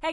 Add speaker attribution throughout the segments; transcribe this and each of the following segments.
Speaker 1: Hey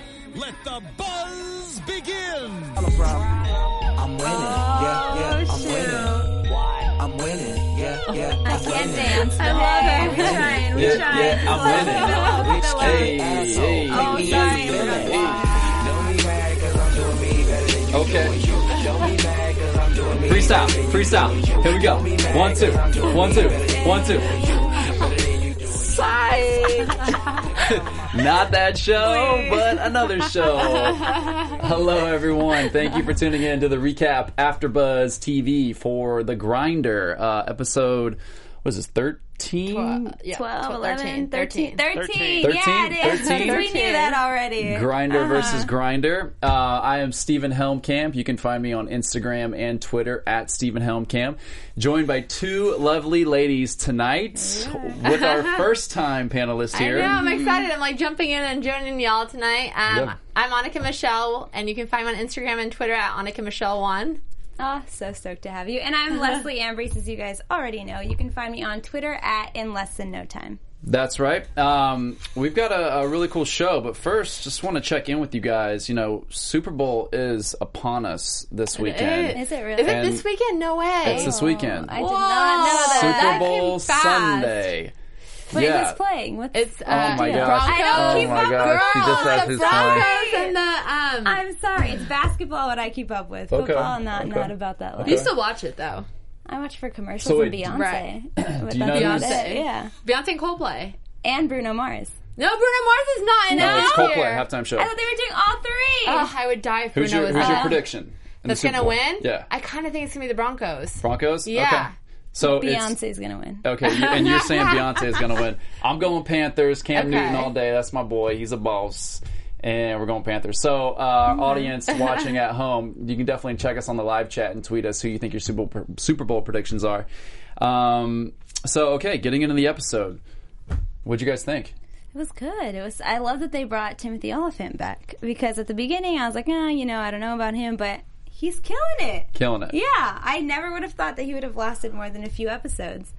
Speaker 2: let the buzz begin.
Speaker 3: I'm winning. yeah, yeah, I'm winning. I'm winning. Yeah, yeah, I'm winning.
Speaker 4: I love it. We're trying. We're
Speaker 3: Yeah,
Speaker 4: trying.
Speaker 3: yeah, I'm winning.
Speaker 4: Rich
Speaker 3: Hey,
Speaker 4: kid.
Speaker 3: hey,
Speaker 4: Oh,
Speaker 3: hey,
Speaker 4: sorry.
Speaker 3: Don't be mad cause I'm doing me better than you.
Speaker 5: Okay.
Speaker 3: doing you. Don't be mad cause I'm doing me
Speaker 5: Freestyle,
Speaker 3: better than you
Speaker 5: freestyle.
Speaker 3: doing you.
Speaker 5: Here we go.
Speaker 3: Don't be mad
Speaker 5: One, two,
Speaker 3: 'cause I'm doing
Speaker 5: one,
Speaker 3: me
Speaker 5: two,
Speaker 3: better than
Speaker 5: one, two.
Speaker 3: you, better than you doing
Speaker 5: Not that show, but another show. Hello, everyone. Thank you for tuning in to the recap AfterBuzz TV for the Grinder uh, episode. Was this thirteen?
Speaker 6: yeah,
Speaker 4: 12, 11, 13. 13.
Speaker 6: 13.
Speaker 4: Yeah,
Speaker 5: Thirteen.
Speaker 4: it is.
Speaker 5: Thirteen.
Speaker 4: We knew that already.
Speaker 5: Grinder versus Grinder. Uh, I am Stephen Helmkamp. You can find me on Instagram and Twitter at Stephen Helmkamp. Joined by two lovely ladies tonight with our first time panelist
Speaker 6: I
Speaker 5: here.
Speaker 6: know, I'm excited. I'm like jumping in and joining y'all tonight. Um,
Speaker 5: Yeah.
Speaker 6: I'm Annika Michelle, and you can find me on Instagram and Twitter at Annika Michelle1.
Speaker 4: Oh, so stoked to have you. And I'm Leslie Ambrose, as you guys already know. You can find me on Twitter at In Less Than No Time.
Speaker 5: That's right. Um, we've got a, a really cool show, but first, just want to check in with you guys. You know, Super Bowl is upon us this weekend.
Speaker 4: Is it really? Oh,
Speaker 6: Is it
Speaker 5: And
Speaker 6: this weekend? No way.
Speaker 5: It's this weekend.
Speaker 4: I did not know that.
Speaker 5: Super
Speaker 6: that
Speaker 5: Bowl
Speaker 6: came fast.
Speaker 5: Sunday.
Speaker 4: Wait,
Speaker 5: yeah.
Speaker 4: who's playing? What's,
Speaker 6: It's, uh,
Speaker 5: Oh my gosh.
Speaker 6: Broncos.
Speaker 4: I don't
Speaker 7: Oh
Speaker 4: keep
Speaker 7: my
Speaker 4: up
Speaker 7: gosh,
Speaker 4: with
Speaker 7: she
Speaker 4: girls.
Speaker 7: just has
Speaker 6: the
Speaker 7: his time.
Speaker 6: Broncos and the um.
Speaker 4: I'm sorry. It's basketball what I keep up with.
Speaker 5: Okay.
Speaker 4: Football, not,
Speaker 5: Okay.
Speaker 4: not about that.
Speaker 6: you
Speaker 4: Life.
Speaker 6: still watch it though.
Speaker 4: I watch for commercials
Speaker 5: So
Speaker 4: and
Speaker 5: wait,
Speaker 4: Beyonce.
Speaker 6: right.
Speaker 4: But
Speaker 5: Do you know
Speaker 4: that's
Speaker 5: who's-
Speaker 4: about it, Yeah.
Speaker 6: Beyonce and Coldplay.
Speaker 4: And Bruno Mars.
Speaker 6: No, Bruno Mars is not in
Speaker 5: No,
Speaker 6: it
Speaker 5: it's
Speaker 6: this
Speaker 5: Coldplay
Speaker 6: year.
Speaker 5: halftime show.
Speaker 4: I thought they were doing all three.
Speaker 6: Oh, I would die if
Speaker 5: Who's
Speaker 6: Bruno
Speaker 5: your
Speaker 6: was
Speaker 5: Who's your
Speaker 6: not.
Speaker 5: prediction? in the
Speaker 6: That's
Speaker 5: Super
Speaker 6: gonna
Speaker 5: Bowl?
Speaker 6: win.
Speaker 5: Yeah.
Speaker 6: I kind of think it's gonna be the Broncos.
Speaker 5: Broncos.
Speaker 6: Yeah.
Speaker 5: Okay. So it's
Speaker 4: Beyonce's gonna win.
Speaker 5: okay, you, and you're saying Beyonce is going to win. I'm going Panthers. Cam
Speaker 6: Okay.
Speaker 5: Newton all day. That's my boy. He's a boss. And we're going Panthers. So, uh,
Speaker 6: Mm-hmm.
Speaker 5: audience watching at home, you can definitely check us on the live chat and tweet us who you think your Super Bowl, Super Bowl predictions are. Um, so, okay, getting into the episode. What'd you guys think?
Speaker 4: It was good. It was. I love that they brought Timothy Oliphant back because at the beginning I was like, ah, you know, I don't know about him, but he's killing it.
Speaker 5: Killing it.
Speaker 4: Yeah, I never would have thought that he would have lasted more than a few episodes,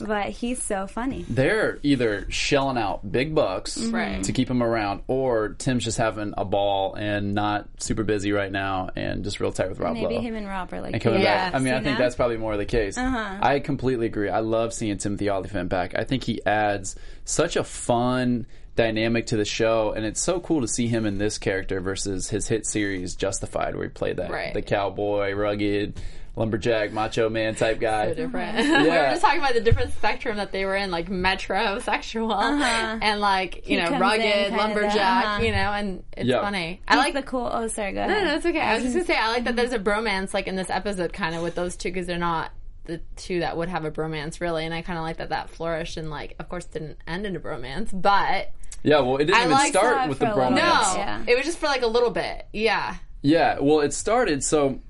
Speaker 4: but he's so funny.
Speaker 5: They're either shelling out big bucks
Speaker 6: Right.
Speaker 5: to keep him around, or Tim's just having a ball and not super busy right now and just real tight with Rob
Speaker 4: Maybe
Speaker 5: Lowe.
Speaker 4: him and Rob are like,
Speaker 5: and coming
Speaker 6: Yeah,
Speaker 5: back. I mean, I
Speaker 4: see
Speaker 5: think
Speaker 4: that?
Speaker 5: that's probably more the case. I completely agree. I love seeing Timothy Oliphant back. I think he adds such a fun dynamic to the show, and it's so cool to see him in this character versus his hit series Justified, where he played that
Speaker 6: Right.
Speaker 5: the cowboy, rugged, lumberjack, macho man type guy.
Speaker 6: different. we were just talking about the different spectrum that they were in, like metrosexual and like you know
Speaker 4: comes in
Speaker 6: rugged
Speaker 4: kinda
Speaker 6: lumberjack,
Speaker 4: that, uh-huh.
Speaker 6: you know, and it's
Speaker 5: Yeah.
Speaker 6: funny.
Speaker 4: I
Speaker 6: I like.
Speaker 4: the cool. Oh, sorry, go ahead.
Speaker 6: no, no, it's okay. I was just gonna say I like that there's a bromance like in this episode, kind of with those two because they're not the two that would have a bromance really, and I kind of like that that flourished and like of course didn't end in a bromance, but
Speaker 5: Yeah, well, it didn't
Speaker 6: I
Speaker 5: even
Speaker 6: like
Speaker 5: start
Speaker 4: that
Speaker 5: with
Speaker 4: for
Speaker 5: the
Speaker 4: a long
Speaker 5: bromance.
Speaker 6: no,
Speaker 4: Yes. Yeah.
Speaker 6: Oh, it was just for like a little bit. Yeah,
Speaker 5: Yeah, well, it started so.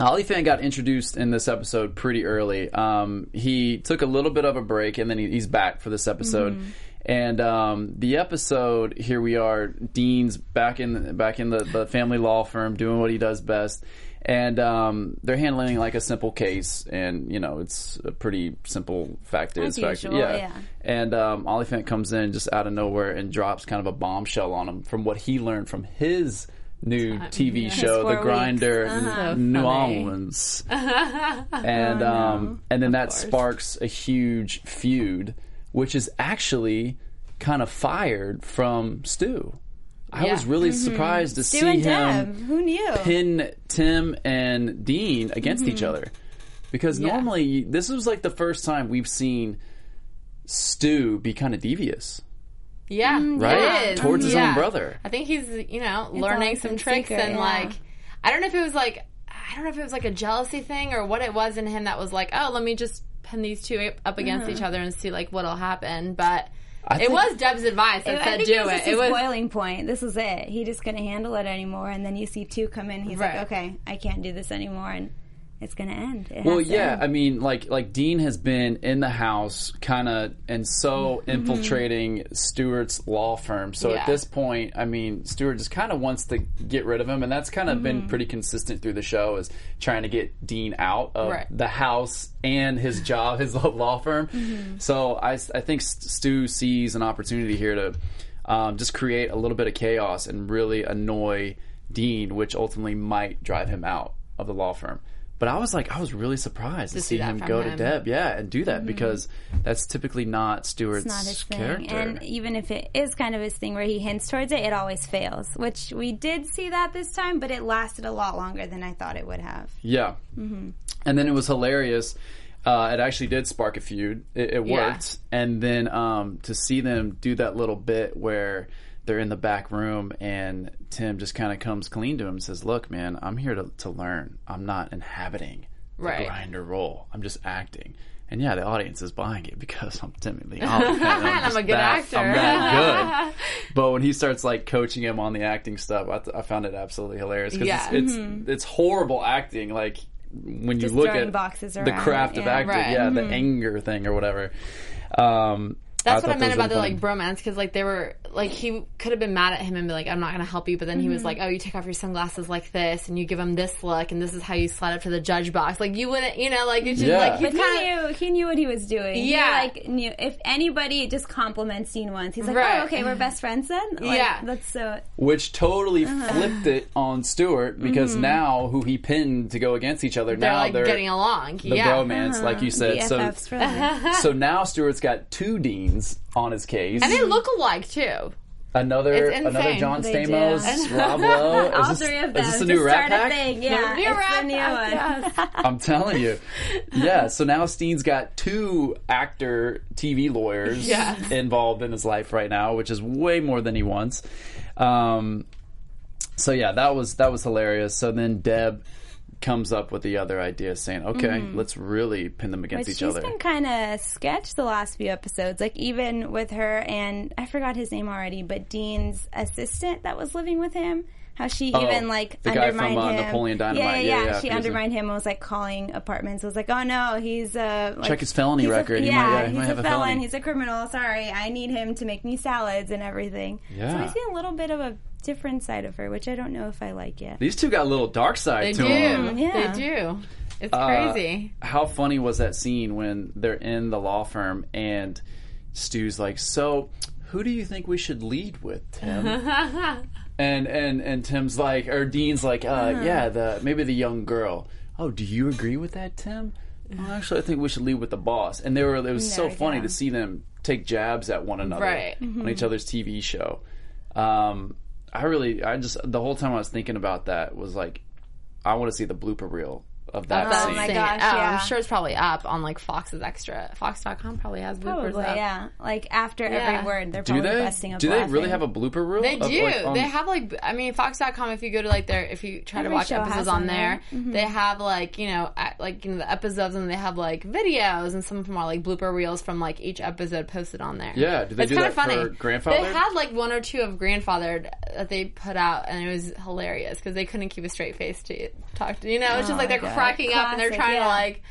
Speaker 5: Olifant got introduced in this episode pretty early. Um, he took a little bit of a break, and then he, he's back for this episode.
Speaker 4: Mm-hmm.
Speaker 5: And um, the episode here we are. Dean's back in back in the, the family law firm doing what he does best, and um, they're handling like a simple case, and you know it's a pretty simple fact is
Speaker 4: As
Speaker 5: fact
Speaker 4: usual, yeah.
Speaker 5: and um, Olifant comes in just out of nowhere and drops kind of a bombshell on him from what he learned from his new TV show,
Speaker 4: four
Speaker 5: The Grinder,
Speaker 4: weeks.
Speaker 5: in
Speaker 6: Uh-huh.
Speaker 5: New
Speaker 6: Uh, So funny. Oh,
Speaker 5: Orleans, and um, and then that sparks a huge feud, which is actually kind of fired from Stu. I
Speaker 6: Yeah.
Speaker 5: was really surprised to
Speaker 4: Mm-hmm. Stu
Speaker 5: see
Speaker 4: and
Speaker 5: him
Speaker 4: Deb. Who knew?
Speaker 5: pin Tim and Dean against each
Speaker 6: Mm-hmm.
Speaker 5: other. Because
Speaker 6: Yeah.
Speaker 5: normally, this was like the first time we've seen Stu be kind of devious,
Speaker 6: Yeah,
Speaker 5: right?
Speaker 6: it is.
Speaker 5: Towards his
Speaker 6: Mm, Yeah.
Speaker 5: own brother.
Speaker 6: I think he's you know learning
Speaker 4: always
Speaker 6: some
Speaker 4: been
Speaker 6: tricks
Speaker 4: secret,
Speaker 6: and
Speaker 4: yeah.
Speaker 6: like I don't know if it was like I don't know if it was like a jealousy thing or what it was in him that was like oh let me just pin these two up against each
Speaker 4: Uh-huh.
Speaker 6: other and see like what'll happen but it
Speaker 5: think-
Speaker 6: was Deb's advice that
Speaker 4: I
Speaker 6: said
Speaker 4: think
Speaker 6: do
Speaker 4: it was just
Speaker 6: it
Speaker 4: his
Speaker 6: it was
Speaker 4: boiling point. This is it. He just couldn't handle it anymore. And then you see two come in. He's
Speaker 6: Right.
Speaker 4: like, okay, I can't do this anymore, and it's gonna end. It
Speaker 5: Well,
Speaker 4: has to
Speaker 5: yeah,
Speaker 4: end.
Speaker 5: I mean, like like Dean has been in the house, kind of, and so infiltrating Stewart's law firm. So
Speaker 6: Mm-hmm. Yeah.
Speaker 5: at this point, I mean, Stewart just kind of wants to get rid of him, and that's kind of been pretty consistent through the show is trying to get Dean out of
Speaker 6: Right.
Speaker 5: the house and his job, his law firm. So I s- I think S- Stu sees an opportunity here to um, just create a little bit of chaos and really annoy Dean, which ultimately might drive him out of the law firm. But I was like, I was really surprised to,
Speaker 6: see
Speaker 5: see,
Speaker 6: that
Speaker 5: him
Speaker 6: from
Speaker 5: go to
Speaker 6: him.
Speaker 5: Deb, yeah, and do that because that's typically not Stewart's
Speaker 4: it's not his thing.
Speaker 5: character.
Speaker 4: And even if it is kind of his thing where he hints towards it, it always fails. Which we did see that this time, but it lasted a lot longer than I thought it would have.
Speaker 5: Yeah.
Speaker 6: Mm-hmm.
Speaker 5: And then it was hilarious. Uh, it actually did spark a feud. It, it
Speaker 6: Yeah.
Speaker 5: worked. And then um, to see them do that little bit where they're in the back room and Tim just kind of comes clean to him and says, Look, man, I'm here to, to learn. I'm not inhabiting the
Speaker 6: Right.
Speaker 5: grinder role, I'm just acting. And yeah, the audience is buying it because I'm Timmy Lee. Holland, and
Speaker 6: I'm
Speaker 5: just
Speaker 6: a good
Speaker 5: that-
Speaker 6: actor.
Speaker 5: I'm that good. But when he starts like coaching him on the acting stuff, I, th- I found it absolutely hilarious because
Speaker 6: Yeah. Mm-hmm.
Speaker 5: it's it's, it's horrible acting. Like when you
Speaker 4: Just
Speaker 5: look
Speaker 4: throwing
Speaker 5: at
Speaker 4: boxes
Speaker 5: the
Speaker 4: around,
Speaker 5: craft of
Speaker 4: yeah.
Speaker 5: acting,
Speaker 6: Right. Mm-hmm.
Speaker 5: yeah, the anger thing or whatever. Um,
Speaker 6: That's what
Speaker 5: thought
Speaker 6: I
Speaker 5: that
Speaker 6: meant
Speaker 5: was
Speaker 6: about the
Speaker 5: really
Speaker 6: like bromance because like they were like he could have been mad at him and be like I'm not gonna help you but then he
Speaker 4: Mm-hmm.
Speaker 6: was like oh you take off your sunglasses like this and you give him this look and this is how you slide up to the judge box like you wouldn't you know like it's just
Speaker 5: Yeah.
Speaker 6: like
Speaker 4: But
Speaker 6: he's
Speaker 4: he
Speaker 6: kind of
Speaker 4: knew he knew what he was doing.
Speaker 6: Yeah.
Speaker 4: Yeah, like knew if anybody just compliments Dean once, he's like,
Speaker 6: Right.
Speaker 4: "Oh, okay, we're best friends then." Like,
Speaker 6: Yeah.
Speaker 4: that's so.
Speaker 5: which totally
Speaker 6: Uh-huh.
Speaker 5: flipped it on Stewart because now who he pinned to go against each other
Speaker 6: Mm-hmm. they're
Speaker 5: now
Speaker 6: like
Speaker 5: they're
Speaker 6: getting along
Speaker 5: the
Speaker 6: yeah Uh-huh.
Speaker 5: bromance, like you said.
Speaker 4: BFFs E for life.
Speaker 5: So so now Stewart's got two deans on his case.
Speaker 6: and they look alike too
Speaker 5: another
Speaker 6: It's
Speaker 5: another
Speaker 6: insane.
Speaker 5: John
Speaker 4: They
Speaker 5: Stamos,
Speaker 4: do.
Speaker 5: Rob Lowe.
Speaker 4: All
Speaker 5: is this,
Speaker 4: three of them.
Speaker 5: is this a
Speaker 4: to
Speaker 5: new rap
Speaker 4: start
Speaker 5: pack?
Speaker 4: a thing. Yeah,
Speaker 6: new
Speaker 4: it's
Speaker 6: Rat
Speaker 4: the new
Speaker 6: Pack,
Speaker 4: one.
Speaker 6: yes.
Speaker 5: I'm telling you. Yeah, so now Steen's got two actor TV lawyers
Speaker 6: Yeah.
Speaker 5: involved in his life right now, which is way more than he wants. Um, so yeah, that was that was hilarious. So then Deb comes up with the other idea saying, "Okay,
Speaker 6: Mm-hmm.
Speaker 5: let's really pin them
Speaker 4: But
Speaker 5: against
Speaker 4: she's
Speaker 5: each other."
Speaker 4: been kind of sketched the last few episodes. Like even with her and I forgot his name already, but Dean's assistant that was living with him. How she
Speaker 5: Oh,
Speaker 4: even like
Speaker 5: the guy from,
Speaker 4: undermined
Speaker 5: uh,
Speaker 4: him.
Speaker 5: Napoleon Dynamite.
Speaker 4: Yeah,
Speaker 5: Yeah,
Speaker 4: yeah. yeah.
Speaker 5: yeah, he
Speaker 4: she
Speaker 5: was in-
Speaker 4: undermined him and was like calling apartments. Was like, oh no, he's a like,
Speaker 5: Check his felony
Speaker 4: he's a-
Speaker 5: record. He
Speaker 4: yeah,
Speaker 5: might- yeah, he
Speaker 4: he's
Speaker 5: might have a
Speaker 4: a felon.
Speaker 5: felony.
Speaker 4: He's a criminal. Sorry, I need him to make me salads and everything. So
Speaker 5: Yeah.
Speaker 4: I see a little bit of a different side of her, which I don't know if I like yet.
Speaker 5: These two got a little dark side
Speaker 6: they
Speaker 5: to
Speaker 6: do
Speaker 5: them.
Speaker 4: Yeah.
Speaker 6: they do it's
Speaker 5: Uh,
Speaker 6: crazy
Speaker 5: How funny was that scene when they're in the law firm and Stu's like, "So, who do you think we should lead with, Tim?" and and and Tim's like, or Dean's like, uh, "Yeah, the maybe the young girl." Oh, do you agree with that, Tim? Well, actually, I think we should lead with the boss. And they were. It was so
Speaker 4: There,
Speaker 5: funny
Speaker 4: yeah.
Speaker 5: to see them take jabs at one another
Speaker 6: Right.
Speaker 5: on each other's TV show. Um, I really, I just the whole time I was thinking about that was like, I want to see the blooper reel of that
Speaker 6: That's
Speaker 5: scene.
Speaker 4: my
Speaker 6: insane.
Speaker 4: gosh,
Speaker 6: Oh,
Speaker 4: yeah.
Speaker 6: I'm sure it's probably up on like Fox's extra Fox.com probably has bloopers
Speaker 4: Probably,
Speaker 6: up.
Speaker 4: yeah. Like after
Speaker 6: Yeah.
Speaker 4: every word, they're
Speaker 5: Do
Speaker 4: probably
Speaker 5: they?
Speaker 4: busting up.
Speaker 5: Do they really
Speaker 4: laughing.
Speaker 5: have a blooper reel?
Speaker 6: They
Speaker 5: of,
Speaker 6: do.
Speaker 5: like, um, on-
Speaker 6: they have like I mean Fox.com. If you go to like their if you try to
Speaker 4: Every
Speaker 6: watch
Speaker 4: show
Speaker 6: episodes
Speaker 4: has Mm-hmm.
Speaker 6: on
Speaker 4: one,
Speaker 6: there, they have like you know a- like you know the episodes and they have like videos and some of them are like blooper reels from like each episode posted on there.
Speaker 5: Yeah, do they
Speaker 6: it's
Speaker 5: do
Speaker 6: kind
Speaker 5: that
Speaker 6: of funny.
Speaker 5: for Grandfathered?
Speaker 6: They had like one or two of grandfathered that they put out and it was hilarious because they couldn't keep a straight face to talk to. You know, it's just like they're cracking up and they're
Speaker 4: Oh, Classic,
Speaker 6: trying to
Speaker 4: yeah.
Speaker 6: like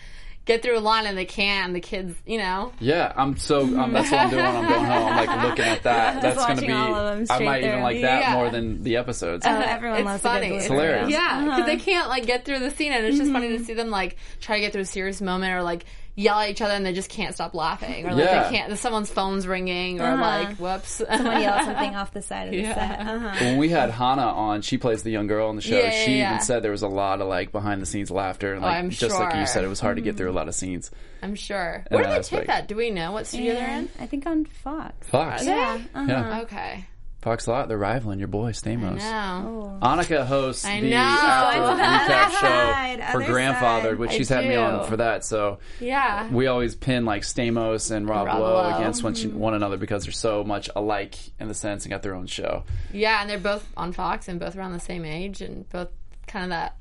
Speaker 6: get through a line and they can't. And the kids, you know,
Speaker 5: Yeah, I'm so. Um, that's what I'm doing. when I'm going home. I'm like looking at that. that's going to
Speaker 4: watching
Speaker 5: be.
Speaker 4: all of them
Speaker 5: I
Speaker 4: straight
Speaker 5: might even
Speaker 4: through.
Speaker 5: like that
Speaker 6: Yeah.
Speaker 5: more than the episodes.
Speaker 4: Oh, everyone
Speaker 6: It's
Speaker 4: loves
Speaker 6: funny.
Speaker 4: A good
Speaker 6: It's
Speaker 4: blooper reel.
Speaker 5: hilarious.
Speaker 6: Yeah, because they can't like get through the scene, and it's just funny to see them like try to get through a serious moment or like yell at each other, and they just can't stop laughing, or like
Speaker 5: Yeah.
Speaker 6: they can't. Someone's phone's ringing, or like whoops.
Speaker 4: Someone yelled something off the side of the set. Uh-huh.
Speaker 5: when we had Hannah on, she plays the young girl on the show.
Speaker 6: Yeah, yeah,
Speaker 5: she
Speaker 6: yeah. Oh,
Speaker 5: even said there was a lot of like behind the scenes laughter. And, like,
Speaker 6: I'm
Speaker 5: just like you
Speaker 6: sure.
Speaker 5: said, it was hard to get through a
Speaker 4: Mm-hmm.
Speaker 5: lot of scenes.
Speaker 6: I'm sure. Where
Speaker 5: that
Speaker 6: did they
Speaker 5: aspect.
Speaker 6: take that? Do we know what studio they're in?
Speaker 4: I think on Fox.
Speaker 5: Fox.
Speaker 6: Yeah.
Speaker 5: Yeah.
Speaker 6: Okay.
Speaker 5: Fox Lot, they're rivaling your boy Stamos.
Speaker 4: Oh.
Speaker 6: No.
Speaker 5: Annika hosts
Speaker 6: I
Speaker 5: the
Speaker 6: know.
Speaker 5: after
Speaker 6: Going to the
Speaker 5: recap
Speaker 4: other side,
Speaker 5: show for
Speaker 4: other
Speaker 5: grandfathered,
Speaker 4: side.
Speaker 5: which
Speaker 6: I
Speaker 5: she's had me on
Speaker 6: do.
Speaker 5: for that. So
Speaker 6: Yeah.
Speaker 5: we always pin like Stamos and Rob,
Speaker 6: Rob
Speaker 5: Lowe,
Speaker 6: Lowe. Mm-hmm.
Speaker 5: against one, one another because they're so much alike in the sense and got their own show.
Speaker 6: Yeah, and they're both on Fox and both around the same age and both kind of that.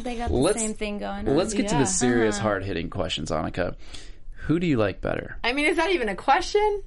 Speaker 4: They got the
Speaker 5: Let's-
Speaker 4: same thing going on.
Speaker 5: Let's get to
Speaker 6: Yeah. Uh-huh.
Speaker 5: the serious, hard hitting questions, Annika. Who do you like better?
Speaker 6: I mean, is that even a question?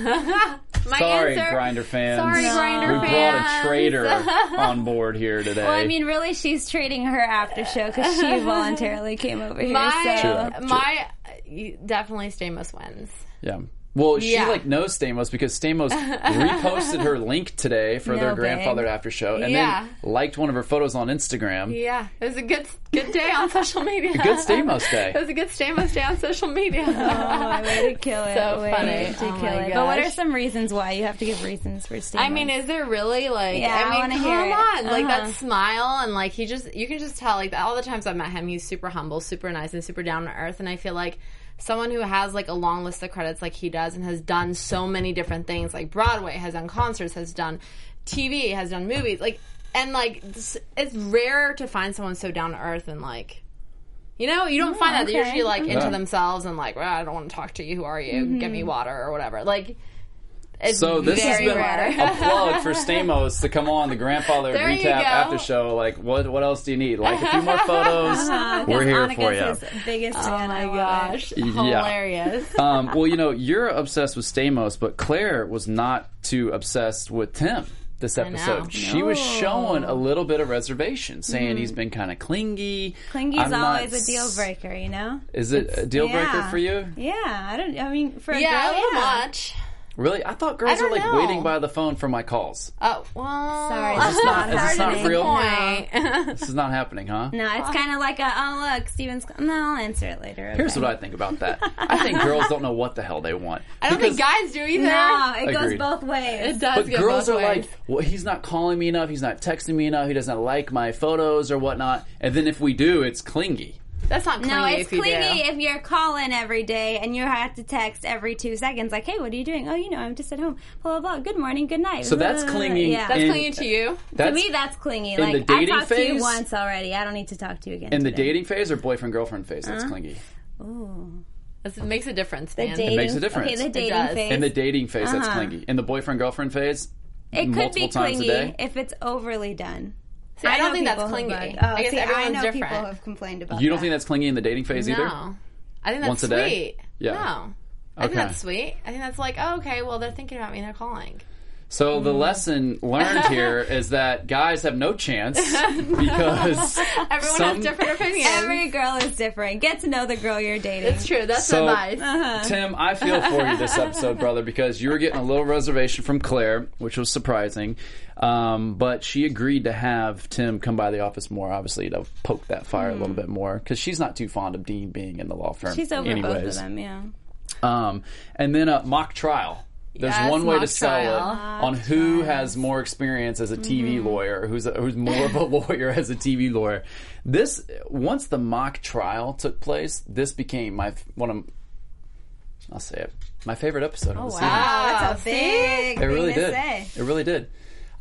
Speaker 6: My
Speaker 5: Sorry,
Speaker 6: answer.
Speaker 5: Grinder fans.
Speaker 6: Sorry, Grinder
Speaker 5: we brought
Speaker 6: fans.
Speaker 5: a traitor on board here today.
Speaker 4: well, I mean, really, she's trading her after show because she voluntarily came over here.
Speaker 6: My,
Speaker 4: so.
Speaker 5: True.
Speaker 6: my, uh, you- definitely Stamos wins.
Speaker 5: Yeah. Well, she
Speaker 6: Yeah.
Speaker 5: like knows Stamos because Stamos reposted her link today for their
Speaker 4: No, babe.
Speaker 5: grandfathered after show, and
Speaker 6: Yeah.
Speaker 5: then liked one of her photos on Instagram.
Speaker 6: Yeah, it was a good, good day on social media.
Speaker 5: Good Stamos day.
Speaker 6: It was a good Stamos day on social media.
Speaker 4: Oh, way to kill it.
Speaker 6: So
Speaker 4: way To
Speaker 6: funny. Oh
Speaker 4: kill
Speaker 6: my
Speaker 4: it. But what
Speaker 6: gosh.
Speaker 4: are some reasons why? You have to give reasons for Stamos.
Speaker 6: I mean, is there really like?
Speaker 4: Yeah, I
Speaker 6: I mean,
Speaker 4: wanna
Speaker 6: come
Speaker 4: hear it.
Speaker 6: on, like
Speaker 4: Uh-huh.
Speaker 6: that smile and like he just you can just tell like all the times I've met him, he's super humble, super nice, and super down to earth. And I feel like someone who has like a long list of credits like he does and has done so many different things, like Broadway has done concerts, has done TV, has done movies, like and like it's, it's rare to find someone so down to earth and like. You know, you don't find that. They're
Speaker 4: Oh, okay.
Speaker 6: usually like into
Speaker 5: Yeah.
Speaker 6: themselves and like, well, I don't want to talk to you. Who are you? Give
Speaker 4: Mm-hmm.
Speaker 6: me water or whatever. Like, it's
Speaker 5: So this has
Speaker 6: very
Speaker 5: been
Speaker 6: rare.
Speaker 5: a plug for Stamos to come on the grandfathered
Speaker 6: There you
Speaker 5: recap
Speaker 6: go.
Speaker 5: after show. Like, what what else do you need? Like a few more photos. We're here for you.
Speaker 4: Uh, His biggest
Speaker 6: Oh my gosh. Hilarious.
Speaker 5: Um, well, you know, you're obsessed with Stamos, but Claire was not too obsessed with Tim this episode. She was showing a little bit of reservation, saying he's
Speaker 6: Mm-hmm.
Speaker 5: been kind of clingy.
Speaker 4: Clingy's
Speaker 5: I'm not
Speaker 4: always a deal
Speaker 5: s-
Speaker 4: breaker, you know?
Speaker 5: Is it a deal breaker
Speaker 4: yeah.
Speaker 5: for you?
Speaker 4: Yeah, I don't. I mean, for a
Speaker 6: Yeah, a
Speaker 4: girl,
Speaker 6: little
Speaker 4: yeah.
Speaker 6: much.
Speaker 5: Really? I thought girls
Speaker 6: I
Speaker 5: were
Speaker 6: don't
Speaker 5: like
Speaker 6: know.
Speaker 5: waiting by the phone for my calls.
Speaker 6: Oh, well.
Speaker 4: Sorry,
Speaker 6: that's
Speaker 4: this is
Speaker 5: not- is this not real?
Speaker 6: Point.
Speaker 5: This is not happening, huh?
Speaker 4: No, it's kind of like a oh look, Steven's. No, I'll answer it later. okay.
Speaker 5: Here's what I think about that. I think girls don't know what the hell they want.
Speaker 6: I don't think guys do either.
Speaker 4: No, it goes
Speaker 5: Agreed.
Speaker 4: both ways.
Speaker 6: It does
Speaker 5: But
Speaker 6: go
Speaker 5: girls
Speaker 6: both
Speaker 5: are
Speaker 6: ways.
Speaker 5: like, well, he's not calling me enough. He's not texting me enough. He doesn't like my photos or whatnot. And then if we do, it's clingy.
Speaker 6: that's not clingy
Speaker 4: No, it's
Speaker 6: if you
Speaker 4: clingy
Speaker 6: do.
Speaker 4: if you're calling every day and you have to text every two seconds, like, "Hey, what are you doing?" Oh, you know, I'm just at home. Blah blah. blah. Good morning. Good night.
Speaker 5: So that's clinging
Speaker 4: Yeah.
Speaker 5: in-
Speaker 6: That's clingy to you.
Speaker 4: to me, that's clingy. Like
Speaker 5: the dating
Speaker 4: I talked to you
Speaker 5: phase?
Speaker 4: once already. I don't need to talk to you again.
Speaker 5: In the
Speaker 4: today.
Speaker 5: dating phase or boyfriend girlfriend phase, that's
Speaker 4: Uh-huh.
Speaker 5: clingy.
Speaker 6: That's, it makes a difference,
Speaker 4: the
Speaker 6: man.
Speaker 4: dating,
Speaker 5: makes a difference.
Speaker 4: Okay, the
Speaker 5: It
Speaker 4: dating
Speaker 6: does.
Speaker 4: phase.
Speaker 5: In the dating phase, that's clingy. In the boyfriend girlfriend phase,
Speaker 4: Uh-huh. it could
Speaker 5: multiple
Speaker 4: be
Speaker 5: times a
Speaker 4: clingy
Speaker 5: day.
Speaker 4: if it's overly done.
Speaker 6: See, I, don't
Speaker 4: know
Speaker 6: think that's
Speaker 4: people who
Speaker 6: clingy.
Speaker 4: bug-
Speaker 6: I guess
Speaker 4: see,
Speaker 6: everyone's
Speaker 4: I know
Speaker 6: different.
Speaker 4: people have complained about.
Speaker 5: you don't think that's clingy in the dating phase either?
Speaker 6: no. I think that's
Speaker 5: Once a
Speaker 6: sweet.
Speaker 5: day? Yeah.
Speaker 6: No. I think
Speaker 5: Okay.
Speaker 6: that's sweet. I think that's like, oh, okay, well, they're thinking about me and they're calling.
Speaker 5: So
Speaker 4: Mm-hmm.
Speaker 5: the lesson learned here is that guys have no chance because
Speaker 6: Everyone
Speaker 5: Some-
Speaker 6: has different opinions.
Speaker 4: Every girl is different. Get to know the girl you're dating.
Speaker 6: it's true. That's
Speaker 5: So-
Speaker 6: advice.
Speaker 5: Tim, I feel for you this episode, brother, because you were getting a little reservation from Claire, which was surprising. Um, but she agreed to have Tim come by the office more, obviously, to poke that fire a little bit more because she's not too fond of Dean being in the law firm.
Speaker 4: Hmm. She's over
Speaker 5: anyways.
Speaker 4: both of them.
Speaker 6: Oh,
Speaker 4: Yeah.
Speaker 5: Um, and then a mock trial. There's
Speaker 6: Yes,
Speaker 5: one way to
Speaker 6: mock
Speaker 5: sell it
Speaker 6: trial. Mm-hmm.
Speaker 5: on who has more experience as a TV lawyer, who's who's more of a lawyer as a TV lawyer. This once the mock trial took place, this became my f- one of I'll say it my favorite episode of the season.
Speaker 4: Oh, that's a
Speaker 6: see?
Speaker 4: big
Speaker 5: It really
Speaker 4: thing to
Speaker 5: did.
Speaker 4: say.
Speaker 5: It really did.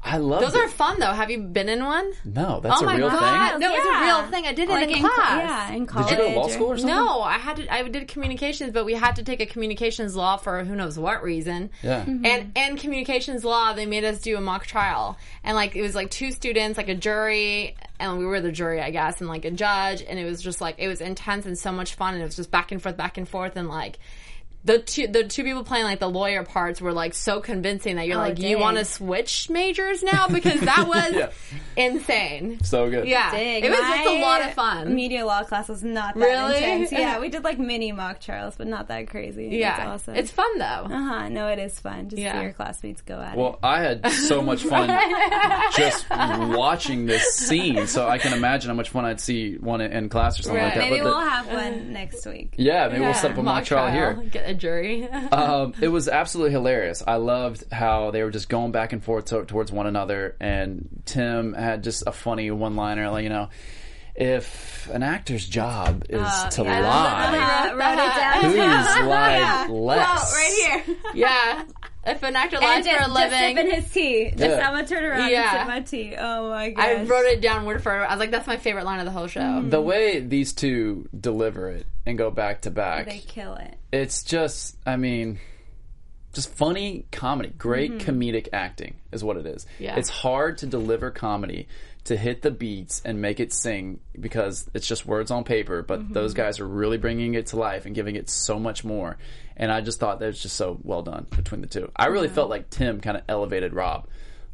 Speaker 5: I love
Speaker 6: Those are fun, though. Have you been in one?
Speaker 5: no, that's
Speaker 6: oh
Speaker 5: a
Speaker 6: my
Speaker 5: real
Speaker 6: God.
Speaker 5: thing.
Speaker 6: No, it's a
Speaker 4: Yeah.
Speaker 6: real thing. I did it
Speaker 4: Like
Speaker 6: in,
Speaker 4: in
Speaker 6: class.
Speaker 4: Yeah, in college.
Speaker 5: Did you go to law school or something?
Speaker 6: No, I had to, I did communications, but we had to take a communications law for who knows what reason.
Speaker 5: Yeah. Mhm.
Speaker 6: And and communications law, they made us do a mock trial, and like it was like two students, like a jury, and we were the jury, I guess, and like a judge, and it was just like it was intense and so much fun, and it was just back and forth, back and forth, and like. The two, the two people playing like the lawyer parts were like so convincing that you're
Speaker 5: Oh,
Speaker 6: like you
Speaker 4: dang.
Speaker 6: want to switch majors now because that was
Speaker 5: Yeah.
Speaker 6: insane.
Speaker 5: So good.
Speaker 6: Yeah,
Speaker 4: Dig.
Speaker 6: it was just a
Speaker 4: My
Speaker 6: lot of fun.
Speaker 4: Media law class was not that
Speaker 6: Really?
Speaker 4: intense. Yeah, we did like mini mock trials, but not that crazy.
Speaker 6: yeah,
Speaker 4: That's awesome.
Speaker 6: it's fun though.
Speaker 4: uh huh. No, it is fun. Just
Speaker 6: Yeah.
Speaker 4: see your classmates go at
Speaker 5: Well, I had so much fun just watching this scene, so I can imagine how much fun I'd see one in- in class or something like
Speaker 6: Right.
Speaker 5: that.
Speaker 4: it. Maybe
Speaker 5: But the-
Speaker 4: we'll have one next week.
Speaker 5: Yeah, maybe we'll set up a mock, trial, here.
Speaker 6: Get a jury.
Speaker 5: Um, it was absolutely hilarious. I loved how they were just going back and forth to- towards one another, and Tim had just a funny one-liner, like you know, if an actor's job is to lie,
Speaker 4: Uh, wrote it down.
Speaker 5: whose lied
Speaker 4: Yeah.
Speaker 5: less?
Speaker 4: Right here.
Speaker 6: yeah. If an actor lies for a living,
Speaker 4: sipping his tea. Just
Speaker 5: Yeah.
Speaker 4: I'm gonna turn around
Speaker 6: Yeah.
Speaker 4: and sip my tea. Oh my gosh.
Speaker 6: I wrote it down word for word. I was like, that's my favorite line of the whole show.
Speaker 4: Mm-hmm.
Speaker 5: The way these two deliver it and go back to back,
Speaker 4: They kill it.
Speaker 5: it's just i mean just funny comedy great comedic acting is what it is
Speaker 6: Mm-hmm. Yeah.
Speaker 5: it's hard to deliver comedy to hit the beats and make it sing because it's just words on paper but
Speaker 6: Mm-hmm.
Speaker 5: those guys are really bringing it to life and giving it so much more and i just thought that was just so well done between the two i really felt like tim kind of elevated rob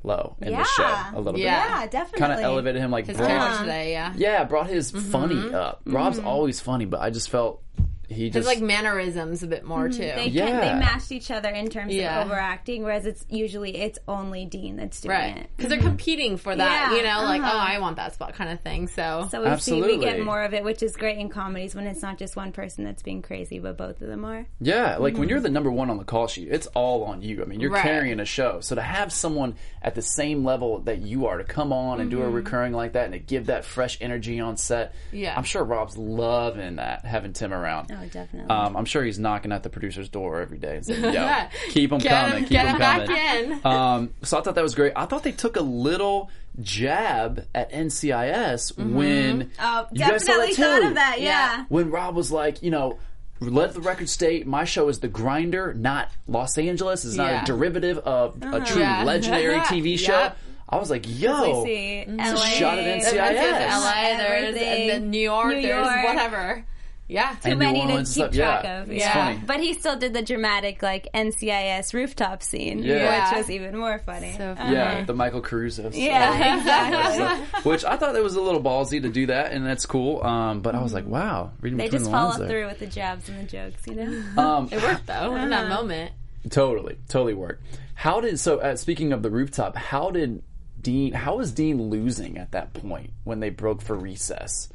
Speaker 5: low in the show
Speaker 4: Yeah.
Speaker 5: a little
Speaker 6: Yeah.
Speaker 5: bit
Speaker 4: Yeah, definitely.
Speaker 5: kind of elevated him like
Speaker 6: His
Speaker 5: brought-
Speaker 6: character today, yeah.
Speaker 5: yeah brought his funny up rob's always funny but i just felt he
Speaker 6: His
Speaker 5: just
Speaker 6: like mannerisms a bit more too.
Speaker 4: They,
Speaker 5: Yeah.
Speaker 4: can, they matched each other in terms
Speaker 6: Yeah.
Speaker 4: of overacting, whereas it's usually it's only Dean that's doing
Speaker 6: right.
Speaker 4: it.
Speaker 6: Because they're competing for that,
Speaker 4: Yeah,
Speaker 6: you know, like,
Speaker 4: uh-huh.
Speaker 6: oh, I want that spot kind of thing. So,
Speaker 4: So we see we
Speaker 5: Absolutely.
Speaker 4: get more of it, which is great in comedies when it's not just one person that's being crazy, but both of them are.
Speaker 5: Yeah, like when you're the number one on the call sheet, it's all on you. I mean, you're
Speaker 6: Mm-hmm. Right.
Speaker 5: carrying a show. So to have someone at the same level that you are to come on and do
Speaker 6: Mm-hmm.
Speaker 5: a recurring like that and to give that fresh energy on set,
Speaker 6: Yeah.
Speaker 5: I'm sure Rob's loving that, having Tim around.
Speaker 4: Oh, definitely.
Speaker 5: Um, I'm sure he's knocking at the producer's door every day and saying, "Yo,
Speaker 6: Yeah.
Speaker 5: keep them
Speaker 6: Get
Speaker 5: coming,
Speaker 6: 'em-
Speaker 5: keep
Speaker 6: get
Speaker 5: them
Speaker 6: 'em back
Speaker 5: coming."
Speaker 6: in.
Speaker 5: Um, so I thought that was great. I thought they took a little jab at NCIS
Speaker 6: Mm-hmm.
Speaker 5: when
Speaker 6: Uh,
Speaker 4: oh,
Speaker 5: you guys saw
Speaker 4: definitely
Speaker 5: that
Speaker 4: thought
Speaker 5: too
Speaker 4: of that. Yeah.
Speaker 5: when Rob was like, you know, let the record state my show is the grinder, not Los Angeles. It's not
Speaker 6: Yeah.
Speaker 5: a derivative of
Speaker 4: Mm-hmm.
Speaker 5: a true
Speaker 6: Yeah.
Speaker 5: legendary TV show.
Speaker 6: Yep.
Speaker 5: I was like, yo,
Speaker 4: We see
Speaker 5: a
Speaker 4: LA.
Speaker 5: Oh. shot at
Speaker 6: There's
Speaker 5: NCIS.
Speaker 6: there's LA, there's
Speaker 4: Mm-hmm. Everything.
Speaker 6: and then New York,
Speaker 4: New
Speaker 6: there's
Speaker 4: York.
Speaker 6: whatever. Yeah.
Speaker 5: And
Speaker 4: Too
Speaker 5: New
Speaker 4: many to
Speaker 5: Orleans
Speaker 4: keep
Speaker 5: stuff.
Speaker 4: track
Speaker 5: yeah.
Speaker 4: of.
Speaker 5: It's
Speaker 4: yeah.
Speaker 5: funny.
Speaker 4: But he still did the dramatic like NCIS rooftop scene,
Speaker 5: Yeah.
Speaker 4: which was even more funny.
Speaker 6: So funny.
Speaker 5: yeah, the Michael Caruso. stuff.
Speaker 4: Mm-hmm. yeah, exactly.
Speaker 5: Which I thought that was a little ballsy to do that, and that's cool. Um, but I was like, wow, reading
Speaker 4: they
Speaker 5: between
Speaker 4: just
Speaker 5: the lines
Speaker 4: follow
Speaker 5: there.
Speaker 4: through with the jabs and the jokes, you know.
Speaker 5: Um,
Speaker 6: It worked though in that
Speaker 4: Uh-huh.
Speaker 6: moment.
Speaker 5: Totally, totally worked. How did so? Uh, speaking of the rooftop, how did Dean? How was Dean losing at that point when they broke for recess?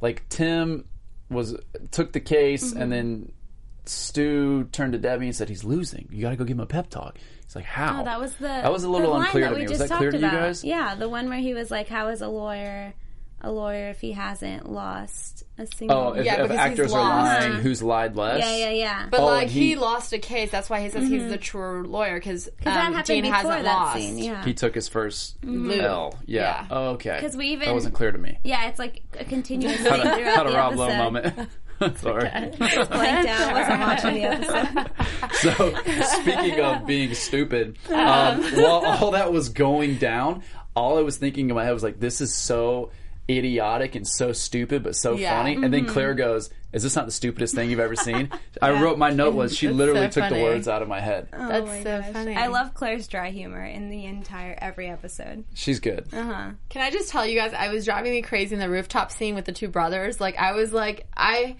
Speaker 5: Like Tim was took the case,
Speaker 4: Mm-hmm.
Speaker 5: and then Stu turned to Debbie and said, "He's losing. You got to go give him a pep talk." He's like, "How?"
Speaker 4: Oh, that was the
Speaker 5: that was a little
Speaker 4: the line
Speaker 5: unclear
Speaker 4: that
Speaker 5: to
Speaker 4: we
Speaker 5: me. Was
Speaker 4: just
Speaker 5: that clear to
Speaker 4: talked
Speaker 5: you
Speaker 4: about.
Speaker 5: guys?
Speaker 4: Yeah, the one where he was like, "How is a lawyer a lawyer if he hasn't lost a single?"
Speaker 5: Oh, if, if
Speaker 6: Yeah, because he's
Speaker 5: actors are
Speaker 6: lost.
Speaker 5: lying, who's lied less?
Speaker 4: yeah, yeah, yeah. Um,
Speaker 6: But
Speaker 5: Oh,
Speaker 6: like
Speaker 5: and
Speaker 6: he,
Speaker 5: he-
Speaker 6: lost a case, that's why he says he's the true lawyer because
Speaker 4: Mm-hmm. that
Speaker 6: um,
Speaker 4: happened
Speaker 6: Dean
Speaker 4: before
Speaker 6: hasn't
Speaker 4: that
Speaker 6: lost.
Speaker 4: scene. Yeah, Mm-hmm.
Speaker 5: He took his first L. Yeah. Oh,
Speaker 6: Yeah.
Speaker 5: okay.
Speaker 4: 'Cause we even-
Speaker 5: that wasn't clear to me.
Speaker 4: yeah. It's like a continuous thing
Speaker 5: Had a,
Speaker 4: throughout
Speaker 5: had a
Speaker 4: the
Speaker 5: Rob
Speaker 4: episode.
Speaker 5: Lowe moment. Sorry.
Speaker 4: Blanked out. Wasn't watching the episode.
Speaker 5: So, speaking of being stupid, um, while all that was going down, all I was thinking in my head was like, this is so idiotic and so stupid, but so
Speaker 6: Yeah. Mm-hmm.
Speaker 5: funny. And then Claire goes, is this not the stupidest thing you've ever seen? I wrote my note was she literally
Speaker 6: so
Speaker 5: took
Speaker 6: funny. Uh-huh.
Speaker 5: the words out of my head.
Speaker 6: That's so funny.
Speaker 4: Oh I love Claire's dry humor in the entire every episode.
Speaker 5: She's good.
Speaker 6: Uh-huh. Can I just tell you guys? I was driving me crazy in the rooftop scene with the two brothers. Like I was like I.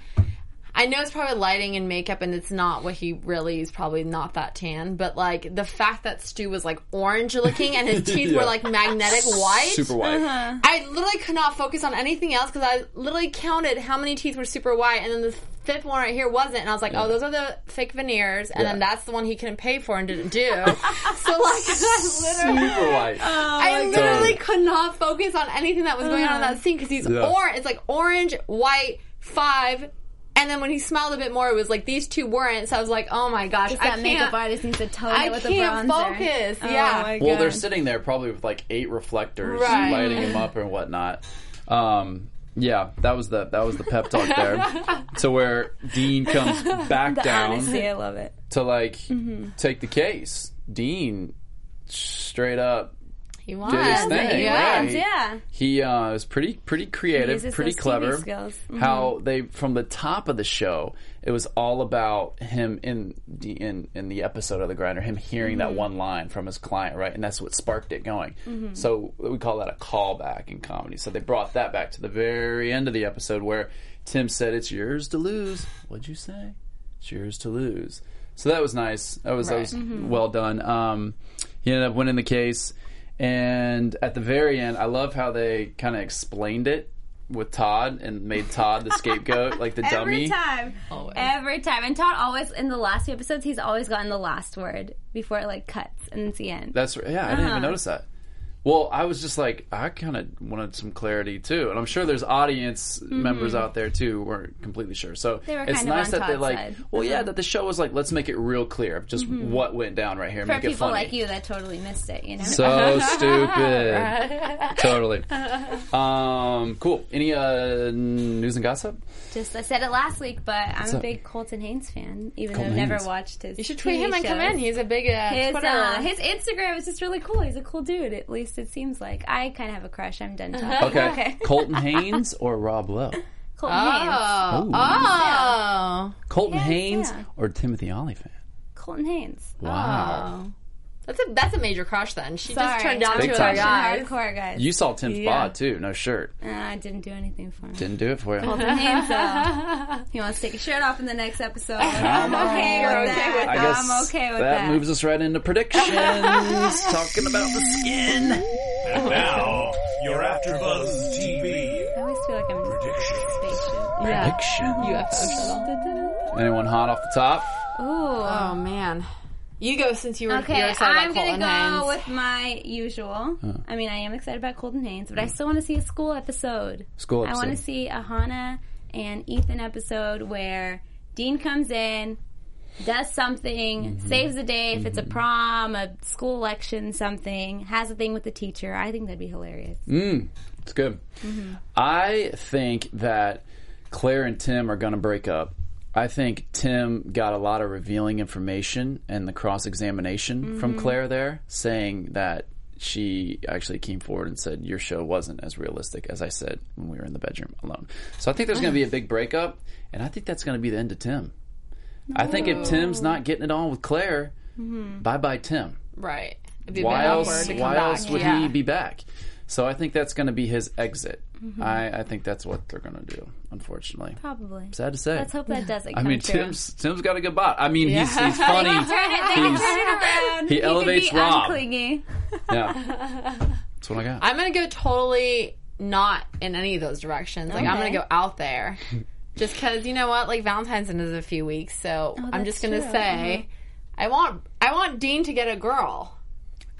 Speaker 6: I know it's probably lighting and makeup, and it's not what he really is. Probably not that tan, but like the fact that Stu was like orange looking and his teeth were
Speaker 5: Yeah.
Speaker 6: like magnetic white. Uh-huh.
Speaker 5: Super white.
Speaker 6: I literally could not focus on anything else because I literally counted how many teeth were super white, and then the fifth one right here wasn't. And I was like, oh, those are the fake veneers, and
Speaker 5: Yeah.
Speaker 6: then that's the one he couldn't pay for and didn't do. so like, I literally.
Speaker 5: Super white.
Speaker 6: I literally
Speaker 5: God.
Speaker 6: could not focus on anything that was going on in that scene because he's
Speaker 5: Yeah.
Speaker 6: orange. It's like orange, white, five. And then when he smiled a bit more, it was like these two weren't. So I was like, oh my gosh,
Speaker 4: Just
Speaker 6: I
Speaker 4: that makeup
Speaker 6: can't.
Speaker 4: artist needs to tone
Speaker 6: I
Speaker 4: it with
Speaker 6: can't
Speaker 4: a bronzer.
Speaker 6: focus. Yeah.
Speaker 4: Oh my
Speaker 5: Well,
Speaker 4: God.
Speaker 5: they're sitting there probably with like eight reflectors
Speaker 6: Right.
Speaker 5: lighting him up and whatnot. Um, yeah, that was the that was the pep talk there. to where Dean comes back
Speaker 4: the
Speaker 5: down
Speaker 4: honesty. I love it.
Speaker 5: to like take the case. Dean straight up
Speaker 6: He won.
Speaker 5: did his thing.
Speaker 6: Yeah.
Speaker 5: right?
Speaker 4: yeah.
Speaker 5: He uh, was pretty pretty creative,
Speaker 4: uses
Speaker 5: pretty
Speaker 4: those TV
Speaker 5: clever.
Speaker 4: skills. Mm-hmm.
Speaker 5: How they from the top of the show, it was all about him in the in, in the episode of the grinder, him hearing that
Speaker 4: Mm-hmm.
Speaker 5: one line from his client, right? And that's what sparked it going. So we call that a callback in comedy. So they brought that back to the very end of the episode where Tim said, It's yours to lose. What'd you say? It's yours to lose. So that was nice. That was, that was
Speaker 4: Mm-hmm.
Speaker 5: well done. Um, he ended up winning the case. And at the very end, I love how they kind of explained it with Todd and made Todd the scapegoat, like the
Speaker 4: Every
Speaker 5: dummy.
Speaker 4: time. Every time. And Todd always, in the last few episodes, he's always gotten the last word before it like cuts and it's the end. Uh-huh.
Speaker 5: That's r- yeah. I didn't even notice that. Well, I was just like, I kind of wanted some clarity too, and I'm sure there's audience members out there too who weren't completely sure. So
Speaker 4: Mm-hmm. were
Speaker 5: it's
Speaker 4: kind of
Speaker 5: nice
Speaker 4: on
Speaker 5: that they
Speaker 4: Todd's
Speaker 5: like,
Speaker 4: side. Uh-huh. Mm-hmm.
Speaker 5: well, yeah, that the show was like, let's make it real clear of just what went down right here, and
Speaker 4: For
Speaker 5: make
Speaker 4: people
Speaker 5: it funny.
Speaker 4: like you that totally missed it, you know?
Speaker 5: So stupid. totally. Um, cool. Any uh, news and gossip?
Speaker 4: Just I said it last week, but I'm a
Speaker 5: up?
Speaker 4: big Colton Haynes fan, even
Speaker 5: Colton
Speaker 4: though I've
Speaker 5: Haynes.
Speaker 4: never watched his.
Speaker 6: You should tweet
Speaker 4: TV
Speaker 6: him and come
Speaker 4: shows.
Speaker 6: in. He's a big uh,
Speaker 4: His,
Speaker 6: Twitter.
Speaker 4: uh, his Instagram is just really cool. He's a cool dude. At least it seems like. I kind of have a crush. I'm done talking.
Speaker 5: Okay. Colton Haynes or Rob Lowe?
Speaker 4: Colton Haynes.
Speaker 6: oh,
Speaker 5: Ooh.
Speaker 6: oh,
Speaker 5: Colton Haynes
Speaker 4: Uh, yeah.
Speaker 5: or Timothy Olyphant?
Speaker 4: Colton Haynes.
Speaker 5: Wow.
Speaker 4: Oh.
Speaker 6: that's a that's a major crush. Then she
Speaker 4: Sorry.
Speaker 6: just turned down
Speaker 5: Big
Speaker 6: two
Speaker 5: time.
Speaker 6: other guys.
Speaker 4: Hardcore guys.
Speaker 5: You saw Tim's
Speaker 6: Yeah.
Speaker 5: bod too, no shirt.
Speaker 4: Uh, didn't do anything for him.
Speaker 5: Didn't do it for you.
Speaker 4: Colton Haynes, though. He wants to take his shirt off in the next episode. I'm okay
Speaker 6: You're
Speaker 4: with
Speaker 6: okay
Speaker 4: that.
Speaker 6: with
Speaker 5: I guess
Speaker 4: I'm okay with
Speaker 5: that,
Speaker 4: that.
Speaker 5: moves us right into predictions. Talking about the skin.
Speaker 2: Now, your After Buzz TV
Speaker 4: I always feel like I'm in a spaceship.
Speaker 6: Yeah.
Speaker 5: Predictions.
Speaker 6: UFO shuttle.
Speaker 5: Anyone hot off the top?
Speaker 4: Ooh.
Speaker 6: Oh man, you go since you were
Speaker 4: Okay,
Speaker 6: you're excited
Speaker 4: I'm
Speaker 6: about
Speaker 4: gonna
Speaker 6: Colton
Speaker 4: go
Speaker 6: Haynes.
Speaker 4: with my usual. I mean, I am excited about Colton Haynes,
Speaker 5: Hmm.
Speaker 4: but I still want to see a school episode.
Speaker 5: School
Speaker 4: I want to
Speaker 5: episode.
Speaker 4: see a Hannah and Ethan episode where Dean comes in, does something,
Speaker 5: Mm-hmm.
Speaker 4: saves the day. If it's a prom, a school election, something, has a thing with the teacher. I think that'd be hilarious.
Speaker 5: Mm. It's good. I think that Claire and Tim are going to break up. I think Tim got a lot of revealing information and the cross examination from Claire there, saying that she actually came forward and said, Your show wasn't as realistic as I said when we were in the bedroom alone. So I think there's going to be a big breakup, and I think that's going to be the end of Tim. I think if Tim's not getting it on with Claire, bye bye, Tim
Speaker 6: right. It'd be a
Speaker 5: why
Speaker 6: bit
Speaker 5: else?
Speaker 6: awkward to come
Speaker 5: Why
Speaker 6: back.
Speaker 5: else would
Speaker 6: yeah.
Speaker 5: he be back? So I think that's going to be his exit.
Speaker 6: Mm-hmm.
Speaker 5: I, I think that's what they're going to do. Unfortunately,
Speaker 4: Probably.
Speaker 5: sad to say.
Speaker 4: Let's hope that doesn't.
Speaker 5: I
Speaker 4: come
Speaker 5: mean,
Speaker 4: true.
Speaker 5: Tim's Tim's got a good bot. I mean, he's he's funny. He's- he
Speaker 4: He
Speaker 5: elevates
Speaker 4: can be
Speaker 5: Rob.
Speaker 4: unclingy.
Speaker 5: yeah, that's what I got.
Speaker 6: I'm gonna go totally not in any of those directions. Like I'm
Speaker 4: Okay.
Speaker 6: gonna go out there, just because you know what? Like Valentine's in is a few weeks, so I'm just
Speaker 4: Oh, that's
Speaker 6: gonna
Speaker 4: true. Mm-hmm.
Speaker 6: say, I want I want Dean to get a girl.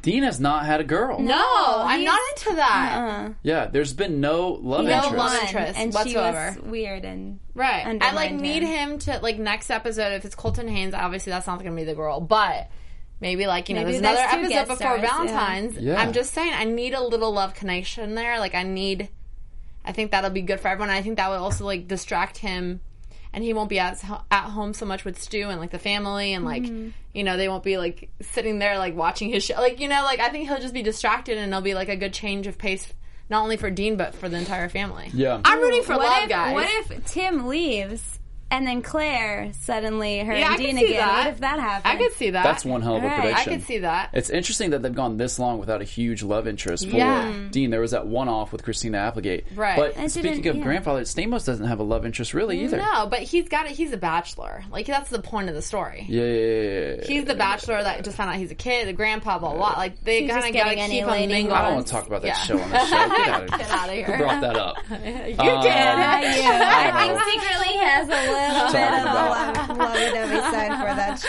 Speaker 5: Dean has not had a girl.
Speaker 6: No, I'm
Speaker 4: Oh, he's-
Speaker 6: not into that.
Speaker 5: Yeah, there's been no love
Speaker 6: No
Speaker 5: interest.
Speaker 6: love interest
Speaker 4: and
Speaker 6: whatsoever.
Speaker 4: she was weird and
Speaker 6: Right. I
Speaker 4: Undermined
Speaker 6: like need
Speaker 4: him.
Speaker 6: him to like next episode if it's Colton Haynes, obviously that's not gonna be the girl. But maybe like, you know,
Speaker 4: Maybe
Speaker 6: there's
Speaker 4: there's
Speaker 6: another
Speaker 4: two guest
Speaker 6: episode before
Speaker 4: stars, yeah.
Speaker 6: Valentine's.
Speaker 5: Yeah.
Speaker 6: I'm just saying I need a little love connection there. Like I need I think that'll be good for everyone. I think that will also like distract him and he won't be at, at home so much with Stu and like the family and like
Speaker 4: Mm-hmm.
Speaker 6: you know they won't be like sitting there like watching his show like you know like I think he'll just be distracted and it'll be like a good change of pace not only for Dean but for the entire family.
Speaker 5: Yeah.
Speaker 6: I'm rooting for
Speaker 4: what
Speaker 6: love
Speaker 4: if,
Speaker 6: guys.
Speaker 4: What if Tim leaves and then Claire suddenly her
Speaker 6: Yeah, I
Speaker 4: and
Speaker 6: could
Speaker 4: Dean
Speaker 6: see
Speaker 4: again?
Speaker 6: that.
Speaker 4: What if that happens?
Speaker 6: I could see that.
Speaker 5: That's one hell of a
Speaker 4: Right. I
Speaker 5: prediction.
Speaker 6: I could see that.
Speaker 5: It's interesting that they've gone this long without a huge love interest for
Speaker 6: Yeah.
Speaker 5: Dean. There was that one off with Christina Applegate.
Speaker 6: Right.
Speaker 5: But
Speaker 4: I
Speaker 5: speaking
Speaker 4: didn't-
Speaker 5: of
Speaker 4: yeah.
Speaker 5: grandfather, Stamos doesn't have a love interest really either.
Speaker 6: no, but he's got it. He's a bachelor. Like that's the point of the story.
Speaker 5: Yeah, yeah, yeah, yeah, yeah.
Speaker 6: He's the bachelor that just found out he's a kid, a grandpa, blah blah. Like they
Speaker 4: He's
Speaker 6: kind
Speaker 4: just
Speaker 6: of gotta
Speaker 4: getting any
Speaker 6: keep him
Speaker 4: lady he
Speaker 6: mingled.
Speaker 5: I don't want to talk about that
Speaker 6: Yeah.
Speaker 5: show on this show. Get out of here.
Speaker 6: Get out of
Speaker 5: Who
Speaker 6: here.
Speaker 5: brought that up?
Speaker 6: you Uh,
Speaker 5: Um,
Speaker 4: Yeah, I think secretly he has a little bit of
Speaker 5: about.
Speaker 4: a love, lovey-dovey side for that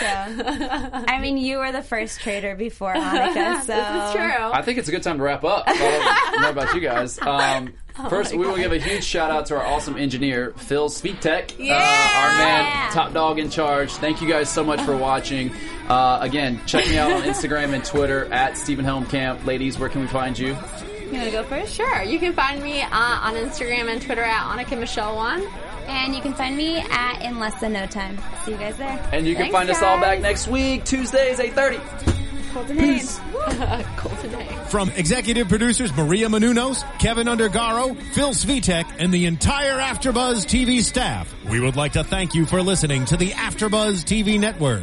Speaker 4: show. I mean, you were the first traitor before Hanukkah, so
Speaker 6: It's true.
Speaker 5: I think it's a good time to wrap up. I don't know about you guys. Um,
Speaker 6: Oh
Speaker 5: first, we will give a huge shout out to our awesome engineer, Phil Speaktech, yeah! uh, our man, top dog in charge. Thank you guys so much for watching. Uh, again, check me out on Instagram and Twitter at Stephen Helmkamp. Ladies, where can we find you?
Speaker 4: You want to go first?
Speaker 6: Sure, you can find me uh, on Instagram and Twitter at Annika Michelle One.
Speaker 4: And you can find me at In Less Than No Time. See you guys there.
Speaker 5: And you can
Speaker 6: Thanks,
Speaker 5: find us all
Speaker 6: guys.
Speaker 5: back next week, Tuesdays, 8.30.
Speaker 4: Colton Haynes.
Speaker 6: cool today.
Speaker 2: from executive producers Maria Manunos, Kevin Undergaro, Phil Svitek, and the entire AfterBuzz TV staff. We would like to thank you for listening to the AfterBuzz TV network.